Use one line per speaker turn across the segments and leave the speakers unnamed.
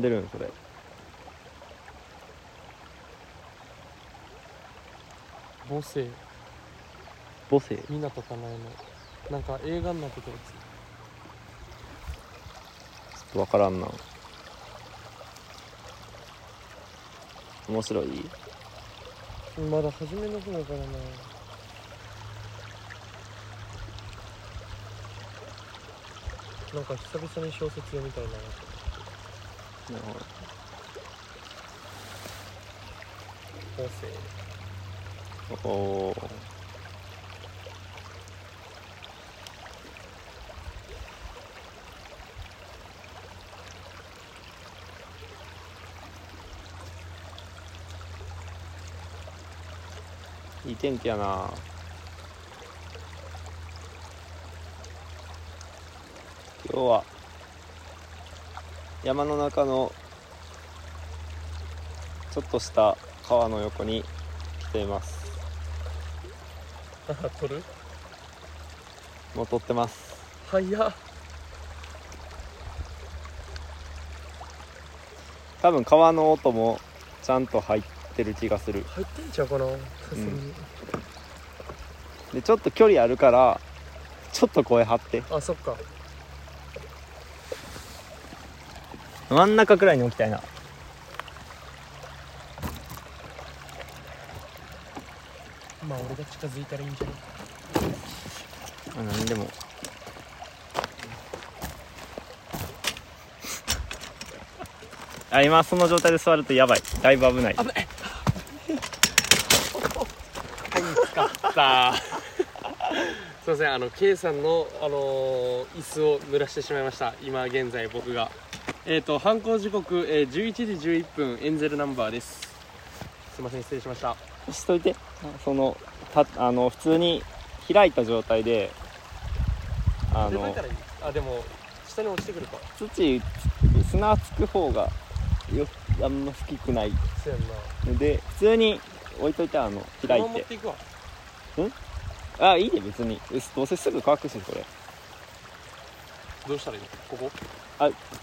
でるんそれ
母性
母性
湊かなえのなんか映画になってたや
わからんな面白い
つまだ初めの方だからななんか久々に小説読みたいな
なるほど
母性
おーいい天気やな今日は山の中のちょっとした川の横に来ています
あ 撮る
もう撮ってます
早っ
多分川の音もちゃんと入ってる気がする
入ってんちゃうかなさすがに、
でちょっと距離あるからちょっと声張って
あそっか
真ん中くらいに置きたいな
まあ俺が近づいたらいいんじゃない
あ何でもあ今その状態で座るとやばいだいぶ危ない危ない
さあすいませんあの K さんの、あのー椅子を濡らしてしまいました今現在僕がえっ、と犯行時刻、えー、11時11分エンゼルナンバーですすいません失礼しました
しといてそのたあの普通に開いた状態であ
でどうやっ
の
たらいいあでも下に落ちてくるか
土砂つく方がよあんま好きくない
そうやんな
ので普通に置いといてあの開い
このまま持ってていくわ
あいいで別にうすどうせすぐ乾くしこれ
どうしたらいいのここ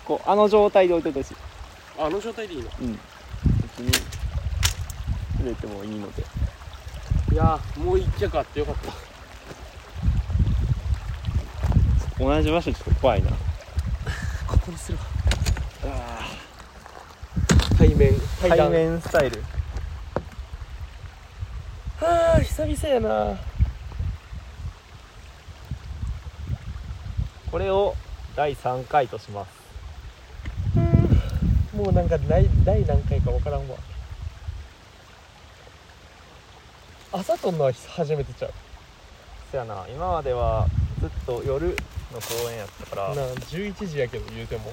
こうあの状態で置いといてほしい
ああの状態でいいの
うん別に触れてもいいので
いやーもう一脚あってよかった
同じ場所ちょっと怖いな
ここにするわ対面対談
面スタイル
はあ久々やな
これを第3回とします
もうなんか第第何回か分からんわ朝とんのは初めてちゃう
そやな今まではずっと夜の公園やったか
な
ら
あ11時やけど言うても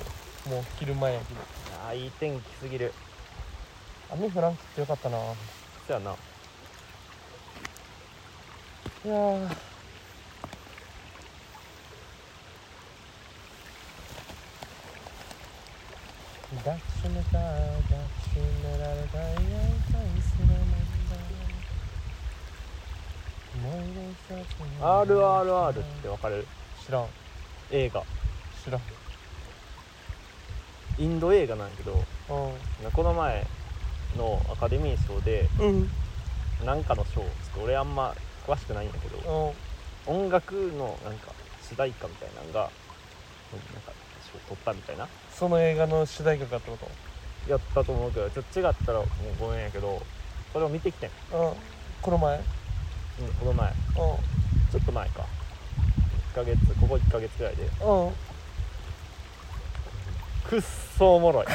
もう昼前やけど
あいい天気すぎる
雨降らんくてよかったない
そやな
やー抱きしめた抱きしめられたい愛愛するもんだ思い出させ
RRR ってわかる
知らん
映画
知らん
インド映画なんやけどこの前のアカデミー賞で
うんうん
なんかの賞ちょっと俺あんま詳しくないんだけど音楽のなんか主題歌みたいなのがなんか賞取ったみたいな
その映画の主題歌かってこ
やったと思うけどちょっと違ったらもうごめんやけどこれを見てきてん、
とうんこの前うん
うん、この前ちょっと前か1ヶ月ここ1ヶ月ぐらいで
うん
くっそおもろい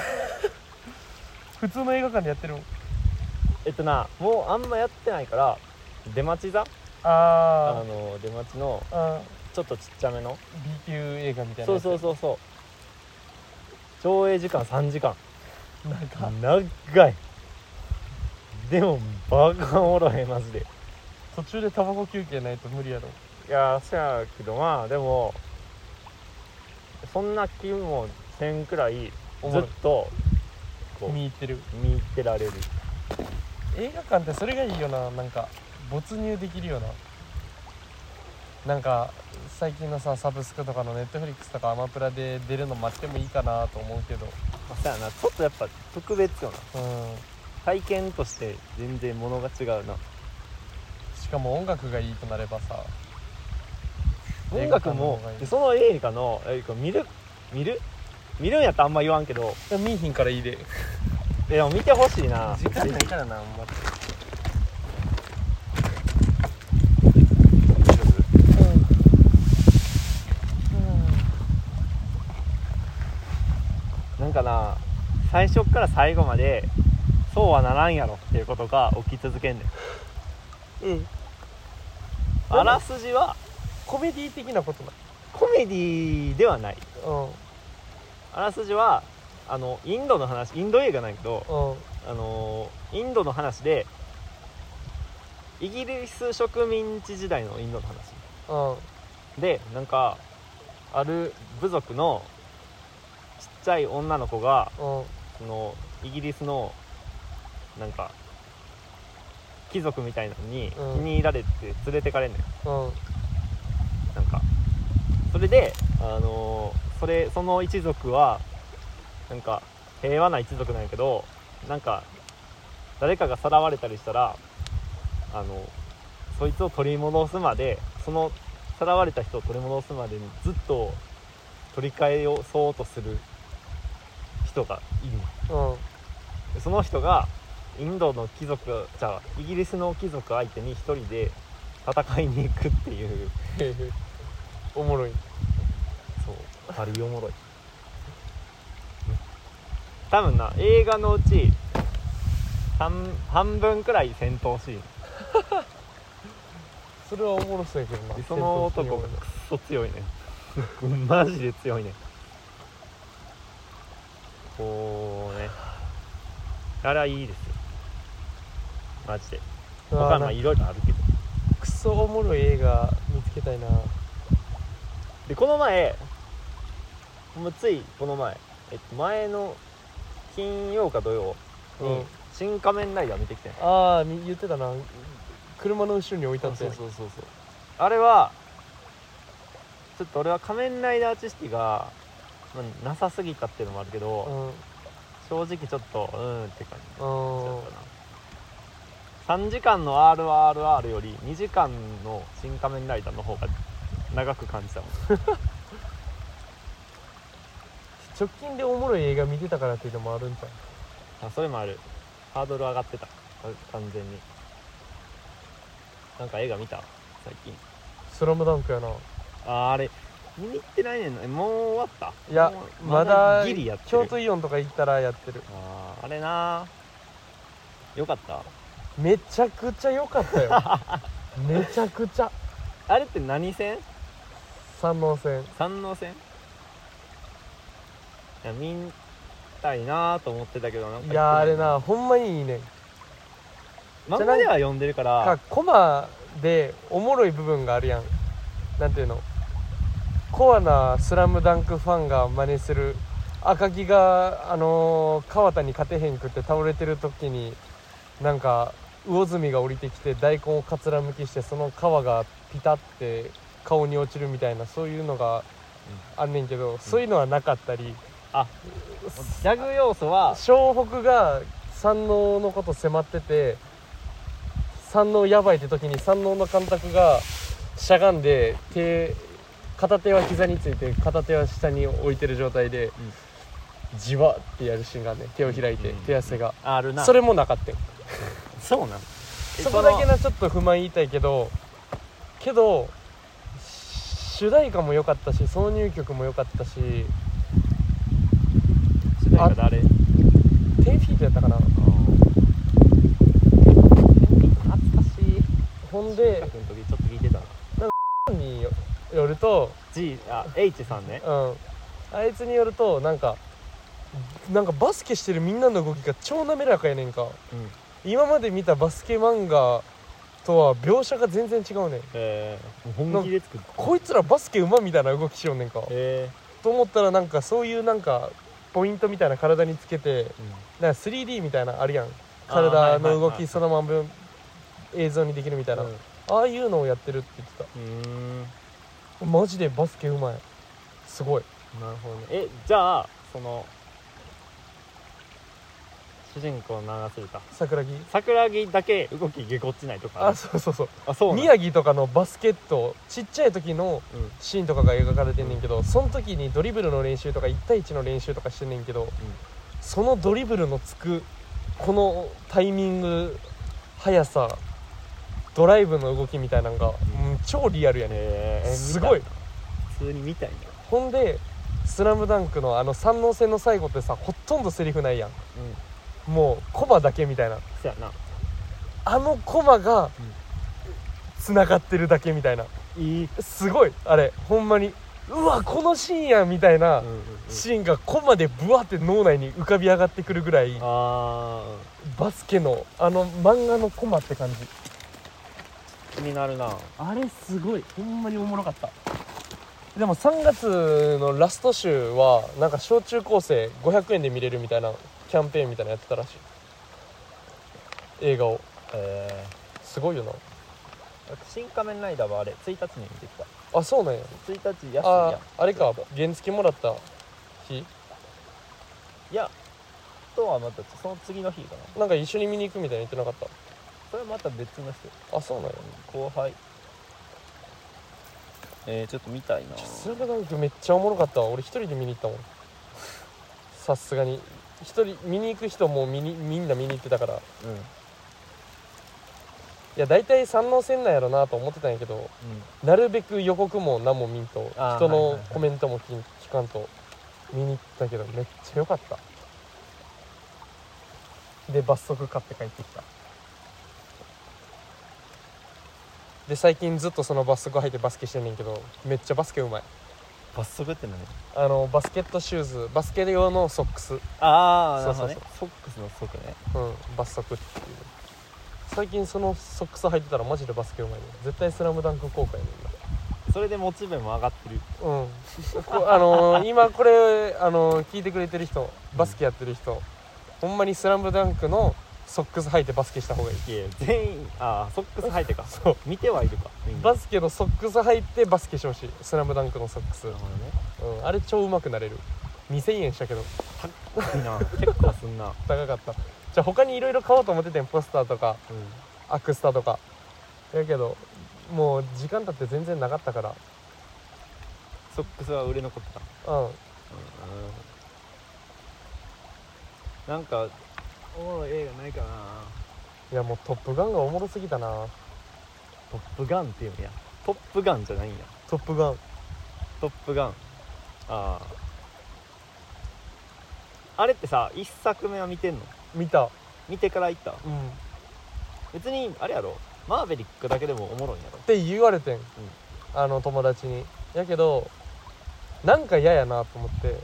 普通の映画館でやってる
えっとなもうあんまやってないから出待ち座あ
あ
の出待ちの
ーあ
ちょっとちっちゃめの
B 級映画みたいな
そうそうそうそう上映時間3時間
うなんか
長いでもバカおもろいマジで
途中でタバコ休憩ないと無理やろ
いやそやけどまあでもそんな気もせんくらい
お
ずっ
もろい
とこう
見
見
入ってる
入ってられる
映画館ってそれがいいよななんか没入できるよななんか最近のさサブスクとかのネットフリックスとかアマプラで出るの待ってもいいかなと思うけど
まあ、そうやなちょっとやっぱ特別よな
うん
体験として全然物が違うな
しかも音楽がいいとなればさ
音楽もでその映画のえこう見る見る見るんやったらあんま言わんけど
いや見えひんからいいで
でも見てほしいな
時間ないからなあんま
なんかな最初から最後までそうはならんやろっていうことが起き続けんねん
うん、うん、
あらすじは
コメディ的なことだ
コメディではない
うん
あらすじはあのインドの話インド映画なんやけど
うん
あのインドの話でイギリス植民地時代のインドの話
うん
でなんかある部族のちっちゃい女の子が
うん
そのイギリスのなんか貴族みたいなのに気
うん
に入られて連れてかれんのよ、
うん
なんかそれであのーそれその一族はなんか平和な一族なんやけどなんか誰かがさらわれたりしたらあのそいつを取り戻すまでそのさらわれた人を取り戻すまでにずっと取り返そうとする人がいるの
うん
でその人がインドの貴族じゃあイギリスの貴族相手に一人で戦いに行くっていう
へへおもろい
そうバリおもろい多分な映画のうち半半分くらい戦闘シーン
それはおもろそうやけどな
でその男がクソ強いね んマジで強いねんこうねあれはいいですよマジで他のいろいろあるけど
クソおもろい映画見つけたいな
でこの前もうついこの前、えっと、前の金曜か土曜に
うん
「新仮面ライダー」見てきてん
ああみ言ってたな車の後ろに置いたって
そうそうそうそうあれはちょっと俺は仮面ライダー知識が、まあなさすぎたっていうのもあるけど、
うん
正直ちょっとうーんって感じだっ
うん
たな3時間の RRR より2時間の「新仮面ライダー」の方が長く感じたもん
直近でおもろい映画見てたからっていうのもあるんじゃん
あそれもあるハードル上がってたか完全になんか映画見た最近
スラムダンクやな
あーあれ見に行ってないねんなえもう終わった
いや
もう
まだ
ギリやってる
京都イオンとか行ったらやってる
あーあれなよかった
めちゃくちゃ良かった よめちゃくちゃ
あれって何線
三能線
山王線いや見たいなと思ってたけどなんか
いやーあれなほんまにいいねん
漫画では読んでるから
かコマでおもろい部分があるやんなんていうのコアな「スラムダンクファンが真似する赤木が、あのー川田に勝てへんくって倒れてる時になんか魚住が降りてきて大根をかつらむきしてその川がピタって顔に落ちるみたいなそういうのがあんねんけど、そういうのはなかったり
あギャグ要素は
湘北が山王のこと迫ってて山王やばいって時に山王の監督がしゃがんで手片手は膝について片手は下に置いてる状態で、じわってやるシーンがあんねん手を開いて、
うん
手汗が、
あるな
それもなかったん
そうなんえ
そこだけ
の
なちょっと不満言いたいけどけどし主題歌も良かったし挿入曲も良かったし
主題歌誰
テンフィートやったかな
懐かしい
ほん
中
で
学の時ちょっと聞いてたな
によよると
G あ H さんね
うん、あいつによるとなんかなんかバスケしてるみんなの動きが超滑らかやねんか
うん
今まで見たバスケ漫画とは描写が全然違うねん
えー、本気で作った
こいつらバスケうまみたいな動きしようねんか
え
と思ったらなんかそういうなんかポイントみたいな体につけて
ーうん
なんか 3D みたいなあるやん
あーはいはい
体
はい
の動きそのまま映像にできるみたいな、
うん
ああいうのをやってるって言って
うーんな
たマジでバスケうまいすごい
るほどねえじゃあその主人公の長すぎた
桜木
桜木だけ動きぎこっちないとかあ
あ
る
そうそうそう
あそうなん
宮城とかのバスケットちっちゃい時の
うん
シーンとかが描かれてんねんけどその時にドリブルの練習とか1対1の練習とかしてんねんけど、そのドリブルのつくこのタイミング速さドライブの動きみたいなのが、
ん
うん超リアルやね
えーえ
すごい
見た普通に見たいな
ほんで「スラムダンクのあの三能戦の最後ってさほとんどセリフないやん
うん
もうコマだけみたいな
そうやな
あのコマがつながってるだけみたいない
い
すごいあれほんまにうわこのシーンやみたいな
うんうんうん
シーンがコマでブワって脳内に浮かび上がってくるぐらい
あ
バスケのあの漫画のコマって感じ
ー気になるな
あれすごいほんまにおもろかったでも3月のラスト週はなんか小中高生500円で見れるみたいなキャンペーンみたいなのやってたらしい映画を
え
すごいよな
ー、新仮面ライダーはあれ1日に見てきた
あそうなんや
1日安いやん
ああれか原付もらった日
いやとはまたその次の日かな
なんか一緒に見に行くみたいに言ってなかっ
それはまた別の人
たあそうなんや
後輩えー、ちょっと見たいな
スラムダンクめっちゃおもろかったわ俺一人で見に行ったもんさすがに一人見に行く人も見にみんな見に行ってたから
うんうん
いや大体三能線なんやろなと思ってたんやけどなるべく予告も何も見んと
あー
人
はいはい
の
はい
コメントも聞聞かんと見に行ったけどめっちゃ良かったで罰則買って帰ってきたで最近ずっとその罰則履いてバスケしてんねんけどめっちゃバスケうまい
罰則って何
あのバスケットシューズバスケ用のソックスうん
ああ
そ
そううそ
そ
ううそうソックスの即ね
罰則っていう最近そのソックス履いてたらマジでバスケうまいね絶対「スラムダンク効果やねんな
それでモチベも上がってる
うん、こあのー今これ、あのー聞いてくれてる人バスケやってる人、ほんまに「スラムダンクのソックス履いてバスケした方がいい
いや全員ああソックス履いて か
そう
見てはいるかみんな
バスケのソックス履いてバスケしてほしい「スラムダンクのソックス、う
なるほどね
ん、あれ超うまくなれる2000円したけど
いいな結構す んな
高かったじゃあ他にいろいろ買おうと思っててんポスターとか
うん
アクスタとかやけどもう時間経って全然なかったから
ソックスは売れ残ってた
うん
なんかおもろい映画ないかない
やもう「トップガン」がおもろすぎたな
「トップガン」っていうんやトップガンじゃないんや
「トップガン
トップガンあああれってさ一作目は見てんの」
見た
見てから行った
うん
別にあれやろマーベリックだけでもおもろいんやろ
って言われてん、あの友達にやけどなんか嫌やなと思って、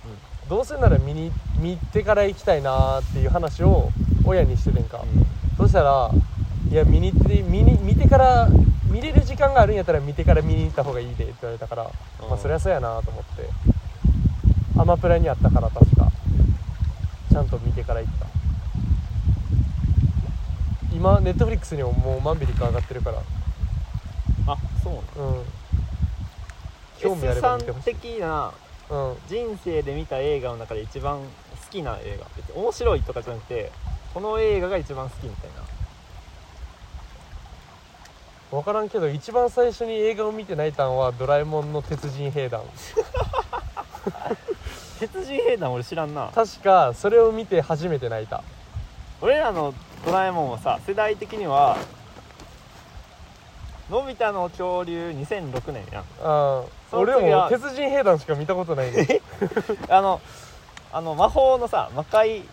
どうせなら見に見に行ってから行きたいなっていう話を親にしててんか、そしたらいや見に行って見に見てから見れる時間があるんやったら見てから見に行った方がいいでって言われたから、まあそりゃそうやなと思ってアマプラにあったから確かちゃんと見てから行った今ネットフリックスにももう万引りか上がってるから
あそうなん
うん興味あれば見てほしい、
S さん的な
うん、
人生で見た映画の中で一番好きな映画別に面白いとかじゃなくてこの映画が一番好きみたいな
分からんけど一番最初に映画を見て泣いたんは「ドラえもんの鉄人兵団
鉄人兵団俺知らん」な
確かそれを見て初めて泣いた
俺らのドラえもんはさ世代的には「のび太の恐竜」2006年やん
あー
その
俺
次
も
は
鉄人兵団しか見たことないね
あのあの魔法のさ魔界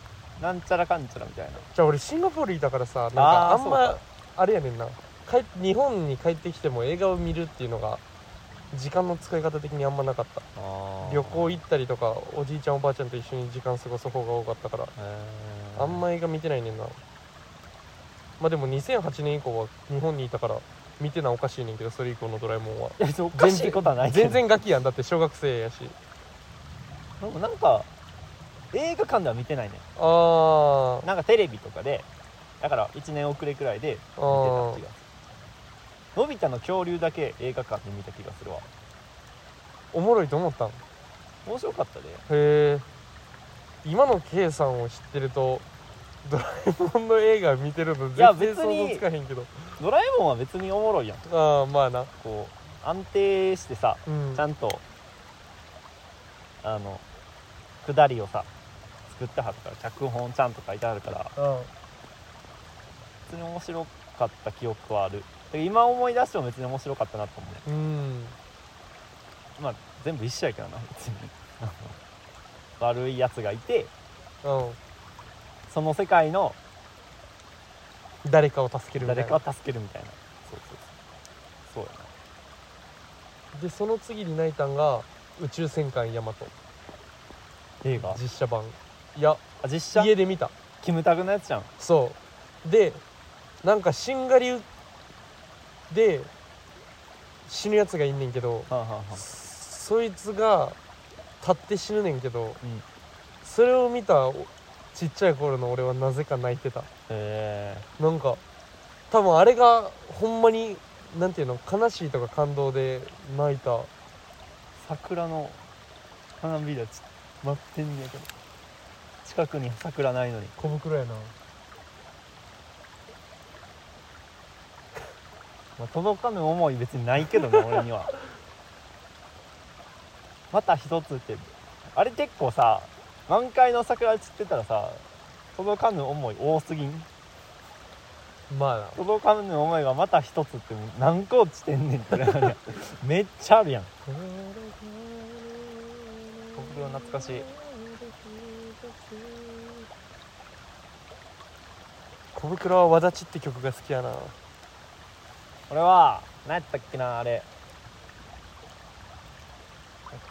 なんちゃらかんちゃらみたいな
じゃあ俺シンガポールいたからさなんか
あ
あ
ー
んまあれやねんな帰っ日本に帰ってきても映画を見るっていうのが時間の使い方的にあんまなかった旅行行ったりとかおじいちゃんおばあちゃんと一緒に時間過ごす方が多かったからあんま映画見てないねんなまあでも2008年以降は日本にいたから見てなおかしいねんけどそれ以降の「ドラえもんは」
いやおかしいことはないけど
全然ガキやんだって小学生やし
なんかなんか映画館では見てないね
あー
なんかテレビとかでだから1年遅れくらいで見てた気
あ
がのび太の恐竜だけ映画館で見た気がするわ
おもろいと思ったのへ
面白かったで
え今の K さんを知ってるとドラえもんの映画見てると
いや
全
別
然
に
想像つかへんけど
ドラえもんは別におもろいやん
ああまあな
こう安定してさ
うん
ちゃんとあの下りをさ作ってはるから脚本ちゃんと書いてあるから
うん
別に面白かった記憶はあるで今思い出しても別に面白かったなと思
うん
うまあ全部一緒やけどな別に 悪いやつがいて
うん
その世界の
誰かを助けるみた
誰
い
かを
な
助けるみたいなそうそうそうそうやな
でその次に泣いたんが「宇宙戦艦ヤマト
映画」
実写版いや
あ実写
家で見た
キムタクのやつじゃん
そうでなんかしんがりで死ぬやつがいんねんけど
はあ、はあはあ
そいつが立って死ぬねんけど
うん、
それを見たおちっちゃい頃の俺はなぜか泣いてた
え
なんか多分あれがほんまになんていうの悲しいとか感動で泣いた
ー、桜の花びらち待ってんねやけど近くに桜ないのに
小袋やな
まあ、届かぬ思い別にないけどね俺にはまた一つってあれ結構さ満開の桜散ってたらさ届かぬ思い多すぎん
まあな
届かぬ思いがまた一つって何個落ちてんねんってなるやんめっちゃあるやん僕は懐かしい
小袋は「わだち」って曲が好きやな
俺は何やったっけなあれ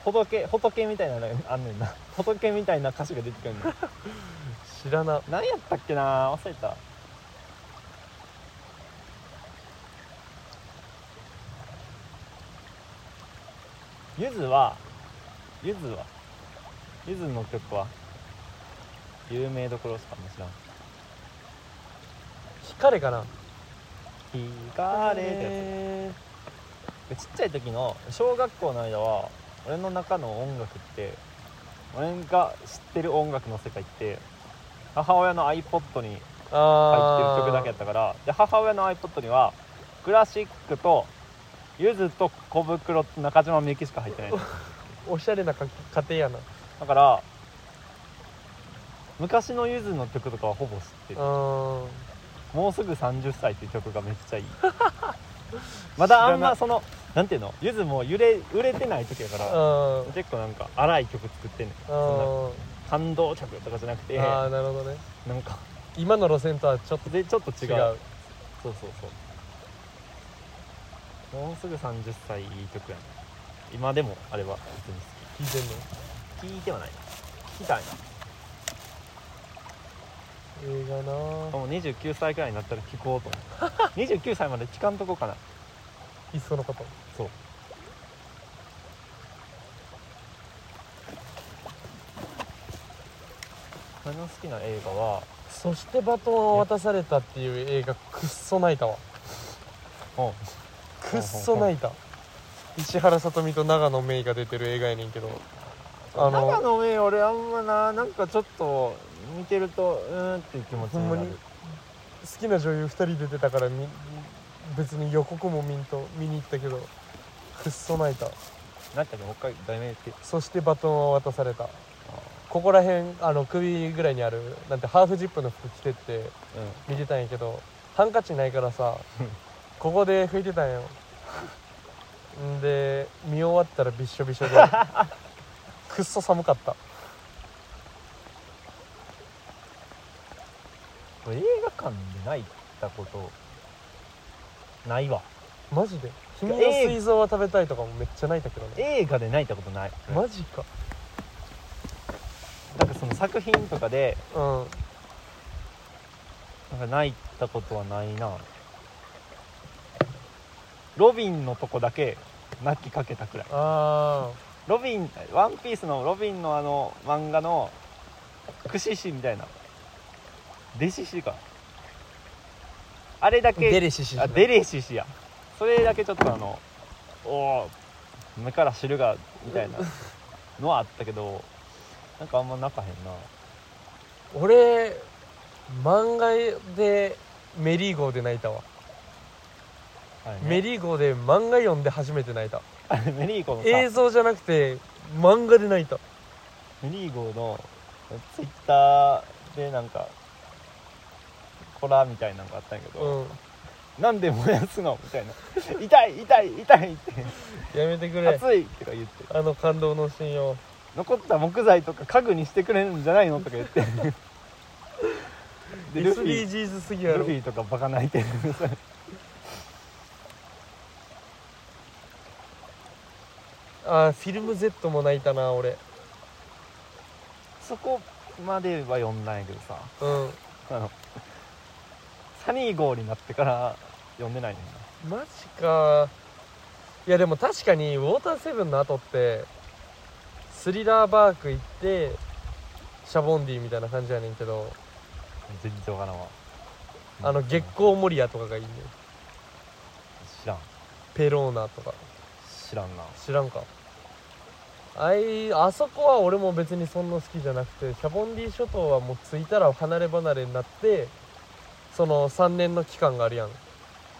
仏仏みたいなのがあんねんな仏みたいな歌詞が出てくるんだ
知らな
何やったっけな忘れたゆずはゆずはゆずの曲は有名どころしかもちろん
光かな
「ひがれ」ってやつちっちゃい時の小学校の間は俺の中の音楽って俺が知ってる音楽の世界って母親の iPod に入ってる曲だけやったからで母親の iPod にはクラシックとゆずと小袋と中島みゆきしか入ってないだ
おしゃれなか家庭やな
から昔のゆずの曲とかはほぼ知ってる
うん
「もうすぐ30歳」っていう曲がめっち ゃいいまだあん
知らな
ま
い
そのなんていうのゆずも揺れ売れてない時やから
うんうん
結構なんか荒い曲作ってんねんそんな感動曲とかじゃなくて
あ
な
あなるほどね
んか
今の路線とはちょっ
でちょっと
と
違
違
う
う
そうそうそうもうすぐ30歳いい曲やね今でもあれば別に
聞いてん
好き聞いてはない聞きたい
の映画な
なもう29歳くらいになったら聞こうと思 って29歳まで聞かんとこかない
っそのこと
そう俺の好きな映画は
そしてバトンを渡されたっていう映画くっそ泣いたわ
うん
くっそ泣いた石原さとみと長野芽郁が出てる映画やねんけどあ
長
の
野め俺あんまななんかちょっと見てるとうーんっていう気持ち
ほん
に
ま
な
に
る
好きな女優2人出てたからみ別に予告も見んと見に行ったけどくっそ泣いた
なんかねもう一回題名言って
そしてバトンを渡されたここら辺あの首ぐらいにあるなんてハーフジップの服着てって
うん
見てたんやけどハンカチないからさここで拭いてたんよんで見終わったらびっしょびしょでくっそ寒かった
映画館で泣いたことないわ
マジで「君の水蔵は食べたい」とかもめっちゃ泣いたけどね
映画で泣いたことない
マジか
なんかその作品とかで
うん
なんか泣いたことはないなロビンのとこだけ泣きかけたくらい
あ
ロビン「ワンピースのロビンのあの漫画のクシシみたいなデシシかあれだ
ーデ
け
レシシ
あデレシシやそれだけちょっとあのおお目から汁がみたいなのはあったけどなんかあんま泣かへんな
俺漫画でメリーゴーで泣いたわ、
あれね
メリーゴーで漫画読んで初めて泣いた
あれメリーゴのさ、
映像じゃなくて漫画で泣いた
メリーゴのツイッターでなんかコラみたいなのがあったんやけ
う
ど、
ん
なんで燃やすのみたいな「痛い痛い痛い」って
やめて
「
くれ
熱い」とか言って
あの感動のシーンを
残った木材とか家具にしてくれるんじゃないのとか言ってでルフィ
SDGs すぎや
ル
ろ
フィとかバカ泣いてる
あーフィルム Z も泣いたな俺
そこまでは読んだんやけどさ
うん
あのサニー号になってから読んでないねんな
マジかいやでも確かにウォーターセブンの後ってスリラーバーク行ってシャボンディみたいな感じやねんけど
全然わからんわ
あの月光モリアとかがいいね
知らん
ペローナとか
知らんな
知らんかあいあそこは俺も別にそんな好きじゃなくてシャボンディ諸島はもう着いたら離れ離れになってその3年の期間があるやん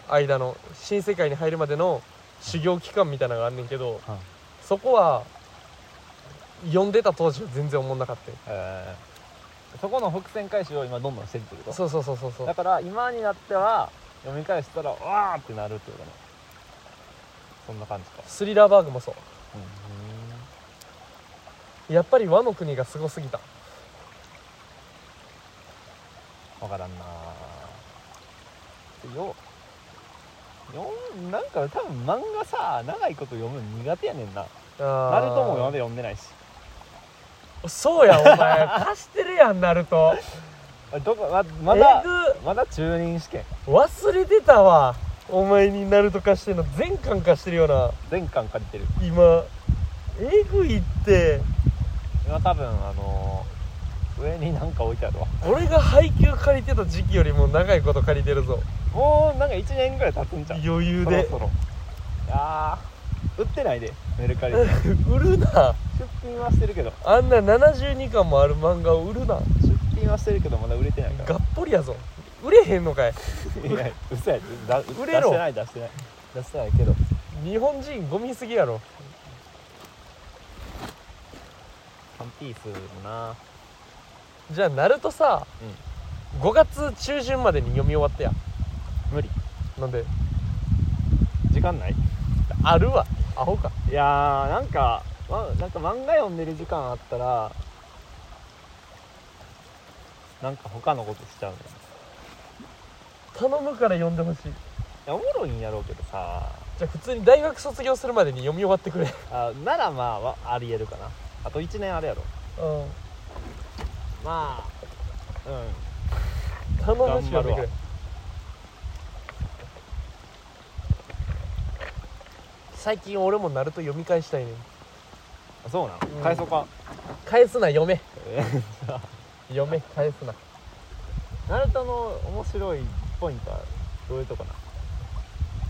間の新世界に入るまでの修行期間みたいなのがあんねんけど、
はい
そこは呼んでた当時は全然思んなかったよ
えーそこの伏線回収を今どんどんしてるってこと
そうそうそうそうそう
だから今になっては読み返したらわーってなるってことねそんな感じか
スリラーバーグもそ
うん
うやっぱり和の国がすごすぎた
分からんなよよんなんか多分漫画さ長いこと読むの苦手やねんなナ
ナ
ルトも今まで読んでないし
そうやお前貸してるやんナルト
あどこままだ
え
まだ中任試験
ぐ忘れてたわお前にナルト貸してんの全巻貸してるよな
全巻借りてる
今えぐいって
今多分あのー上になんか置いてあるわ
俺が配給借りてた時期よりも長いこと借りてるぞ
もうなんか1年ぐらい経つんじゃん
余裕
そ
で
ろそろあー売ってないでメルカリで
売るな
出品はしてるけど
あんな72巻もある漫画を売るな
出品はしてるけどまだ売れてないか
が
ら
っぽりやぞ売れへんのか
い
い
や嘘やでだ
売れろ
出してない出してない出してないけど
日本人ゴミすぎやろ
ワンピースもな
じゃあナルトさ、5月中旬までに読み終わってや
無理
なんで
時間ない
あるわアホか
いやーなんかわなんか漫画読んでる時間あったらなんか他のことしちゃうねんい
頼むから読んでほしい
やおもろいんやろうけどさ
じゃあ普通に大学卒業するまでに読み終わってくれうん
あならまあわありえるかなあと1年あれやろまあうん
頼むし読ん
頑張
でく
るわ
れ最近俺もナルト読み返したいねん
あそうなの
うん
返そうか、
返すな読め
え
読め返すな
ナルトの面白いポイントはどういうとこ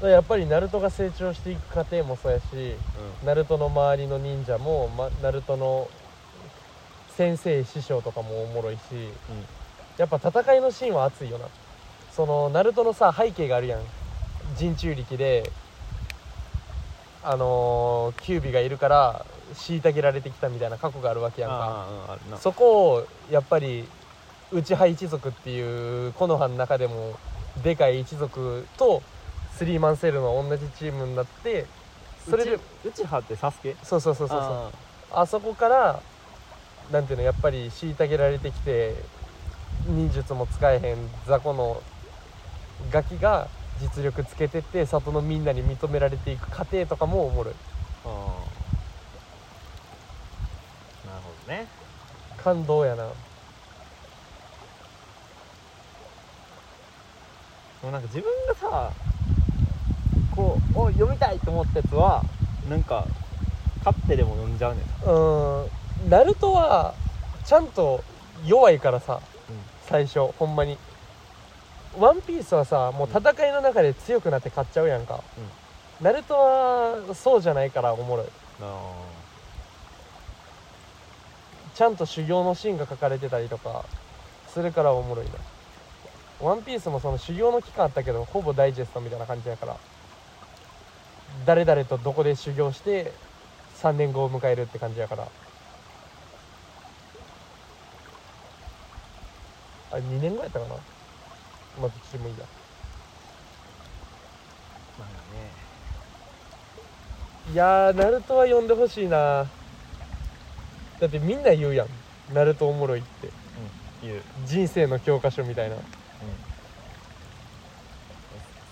な
やっぱりナルトが成長していく過程もそうやしナルトの周りの忍者も、ま、ナルトの先生師匠とかもおもろいし、
ん
やっぱ戦いのシーンは熱いよなそのナルトのさ背景があるやん人中力であのーキュービがいるから虐げられてきたみたいな過去があるわけやんか
あああるな
そこをやっぱり内派一族っていう木の葉の中でもでかい一族とスリーマンセールの同じチームになってそれで
うちうちはってサスケ
そうそうそうそうそう
あ
あそこからなんていうのやっぱり虐げられてきて忍術も使えへん雑魚のガキが実力つけてって里のみんなに認められていく過程とかもおもろい
あなるほどね
感動やな
でもなんか自分がさこうお読みたいと思ったやつはなんか勝ってでも読んじゃうねん
うーんナルトはちゃんと弱いからさ、
うん
最初ほんまにワンピースはさもう戦いの中で強くなって買っちゃうやんか、ナルトはそうじゃないからおもろい
あ
ちゃんと修行のシーンが書かれてたりとかするからおもろいなワンピースもその修行の期間あったけどほぼダイジェストみたいな感じやから誰々とどこで修行して3年後を迎えるって感じやからあ2年後やったかなまあどっちでもいいや
まあね
いやーナルトは読んでほしいなだってみんな言うやんナルトおもろいって
言う
人生の教科書みたいな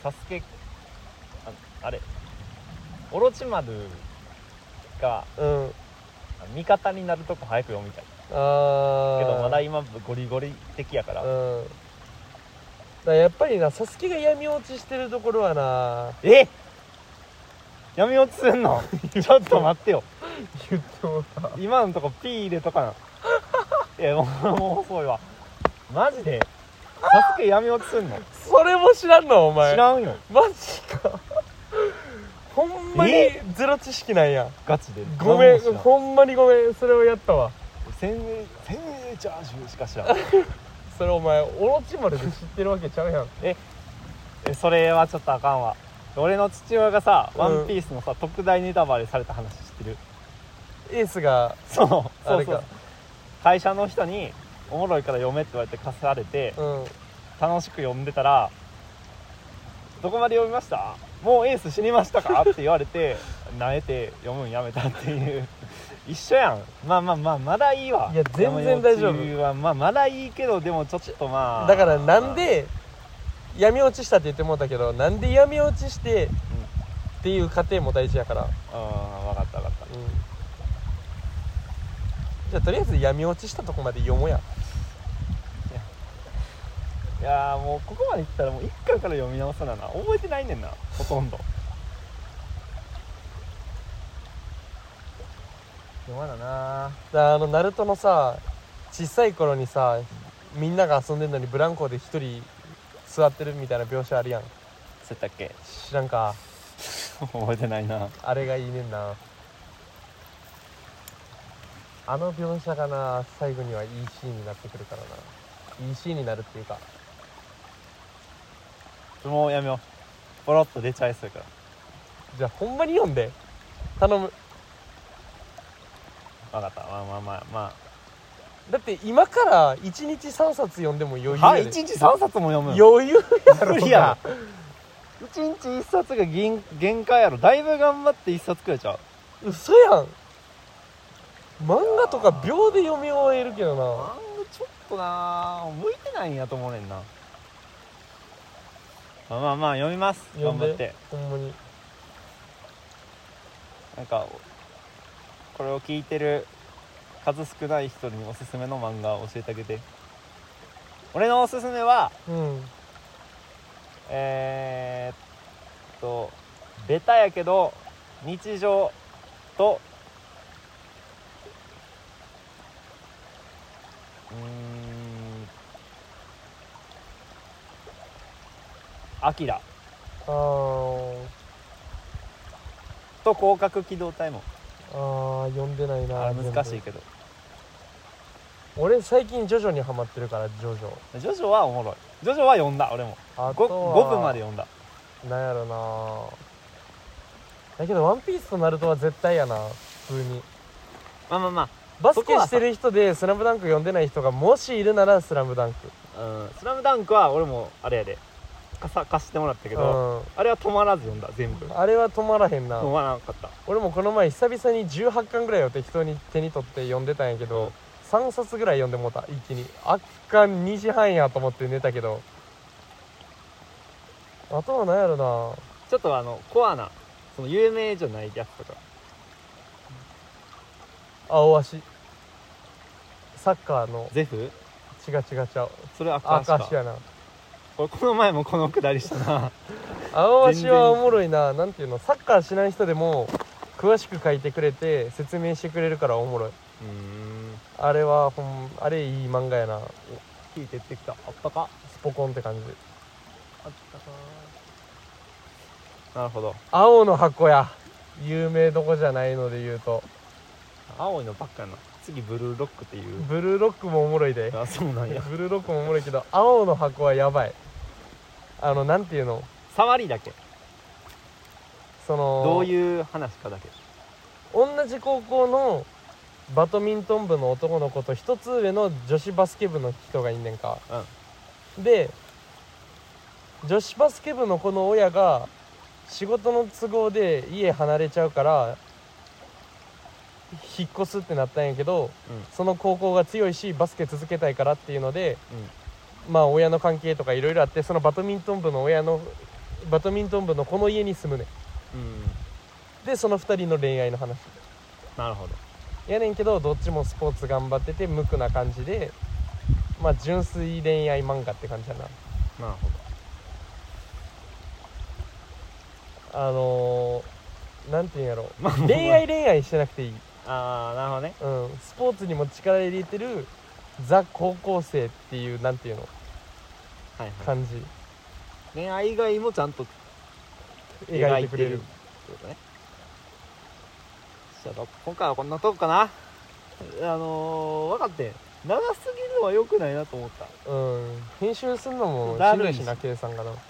サスケああれオロチマルが
うん
味方になるとこ早く読みたいけ
あー
どまだ今ゴリゴリ的やから、
うんだからやっぱりなサスケが闇落ちしてるところはな
え闇落ちすんの ちょっと待ってよ
言ってもた
今のとこピー入れとかないやもうもう遅いわマジでサスケ闇落ちすんの
それも知らんのお前
知らんよ
マジかほんまに
え
ゼロ知識なんや
ガチで
ごめ
何
ん
も知ら
ほんまにごめんそれをやったわ
せんべいせんべいチャーシューしか知らん
それお前オロチマルで知ってるわけちゃうやん
えそれはちょっとあかんわ俺の父親がさ「
うん
ワンピースのさ、特大ネタバレされた話知ってる
エースが
そう
あ
そ
れ
うそ
か
う会社の人に「おもろいから読め」って言われて貸されて
うん
楽しく読んでたら「どこまで読みましたもうエース死にましたか?」って言われてなえて読むんやめたっていう 一緒やんまあまあまあまだいいわ
いや全然大丈夫
山本はまあまだいいけどでもちょっとまあ
だからなんで闇落ちしたって言ってもうたけどなんで闇落ちしてっていう過程も大事やから
うん分かった分かった
じゃあとりあえず闇落ちしたとこまで読もうや
いやーもうここまでいったらもう一巻から読み直さなな覚えてないねんなほとんど読まだな
だあのナルトのさ小さい頃にさみんなが遊んでんのにブランコで一人座ってるみたいな描写あるやん
そうやったっけ
知らんか
覚えてないな
あれがいいねんなあの描写がな最後にはいいシーンになってくるからないいシーンになるっていうか
もうやめようポロッと出ちゃいそうやから
じゃあほんまに読んで頼む
分かったまあまあまあま
だって今から1日3冊読んでも余裕
あは
や
一
で
日3冊も読む
余裕
無理やろ一日1冊が限限界やろだいぶ頑張って1冊くれちゃう
嘘やん漫画とか秒で読み終えるけど
漫
な
画ちょっとなぁ向いてないんやと思うねんなまあまあまあ読みます
読
頑
ん
張
で
って
ほんまに
なんかこれを聞いてる数少ない人におすすめの漫画を教えてあげて俺のおすすめは
うん
えー、っとベタやけど日常とうーんアキラ
あー
と広角機動隊も
あー読んでないな
あれ難しい
全部
けど
俺最近ジョジョにハマってるからジョジョ
ジョジョはおもろいジョジョは読んだ俺も
あ
5,
とは
分まで読んだ
なんやろなだけど「ワンピースとナルトは絶対やな普通に
まあまあま
バスケしてる人で「スラムダンク読んでない人がもしいるなら「スラムダンク
あ「うん、スラムダンクは俺もあれやで貸さ貸してもらったけ
う
ど、
ん
あれは止まらず読んだ全部止
あれは止まらへんな、
まらなかった
俺もこの前久々に18巻ぐらいを適当に手に取って読んでたんやけど、3冊ぐらい読んでもうた一気に圧巻2時半やと思って寝たけどあとは何やろな
ちょっとあのコアなその有名じゃないやつとか
青足サッカーの
ゼフ
違う違う違う
それ赤足
赤
か
足やな
俺この前もこのくだりした な
青足はおもろいななんていうのサッカーしない人でも詳しく書いてくれて説明してくれるからおもろい
うん
あれはほんあれいい漫画やな
聞いてってきたあったか
スポコンって感じ
あったかな
なるほど
青の箱や有名どこじゃないので言うと
青いのばっかやな次ブルーロックっていう
ブルーロックもおもろいで
あそうなんや
ブルーロックもおもろいけど青の箱はやばいあのなんていうの
触りだけ
その
どういう話かだけ
同じ高校のバドミントン部の男の子と一つ上の女子バスケ部の人がいんねんか、で女子バスケ部の子の親が仕事の都合で家離れちゃうから引っ越すってなったんやけど、
うん
その高校が強いしバスケ続けたいからっていうので、まあ親の関係とかいろいろあってそのバドミントン部の親のバドミントン部のこの家に住むねん
うん
でその2人の恋愛の話
なるほど
やねんけどどっちもスポーツ頑張ってて無垢な感じでまあ純粋恋愛漫画って感じだな
なるほど
あのー、なんていうんやろ
まあ
恋愛恋愛してなくていい、
ああなるほどね
うん、スポーツにも力入れてるザ高校生っていうなんていうの
はいはい
感じ
恋愛以外もちゃんと
描いてくれる
ってことねじゃあ今回はこんなとこかなあのー、分かってん長すぎるのは良くないなと思った
うん編集するのも
だ
しんど
るい
い
し
しな計算がな、
なんか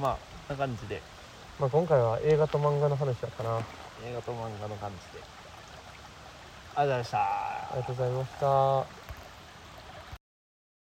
まあこんな感じで
まあ、今回は映画と漫画の話だったなあ
映画と漫画の感じでありがとうございました
りがとうございました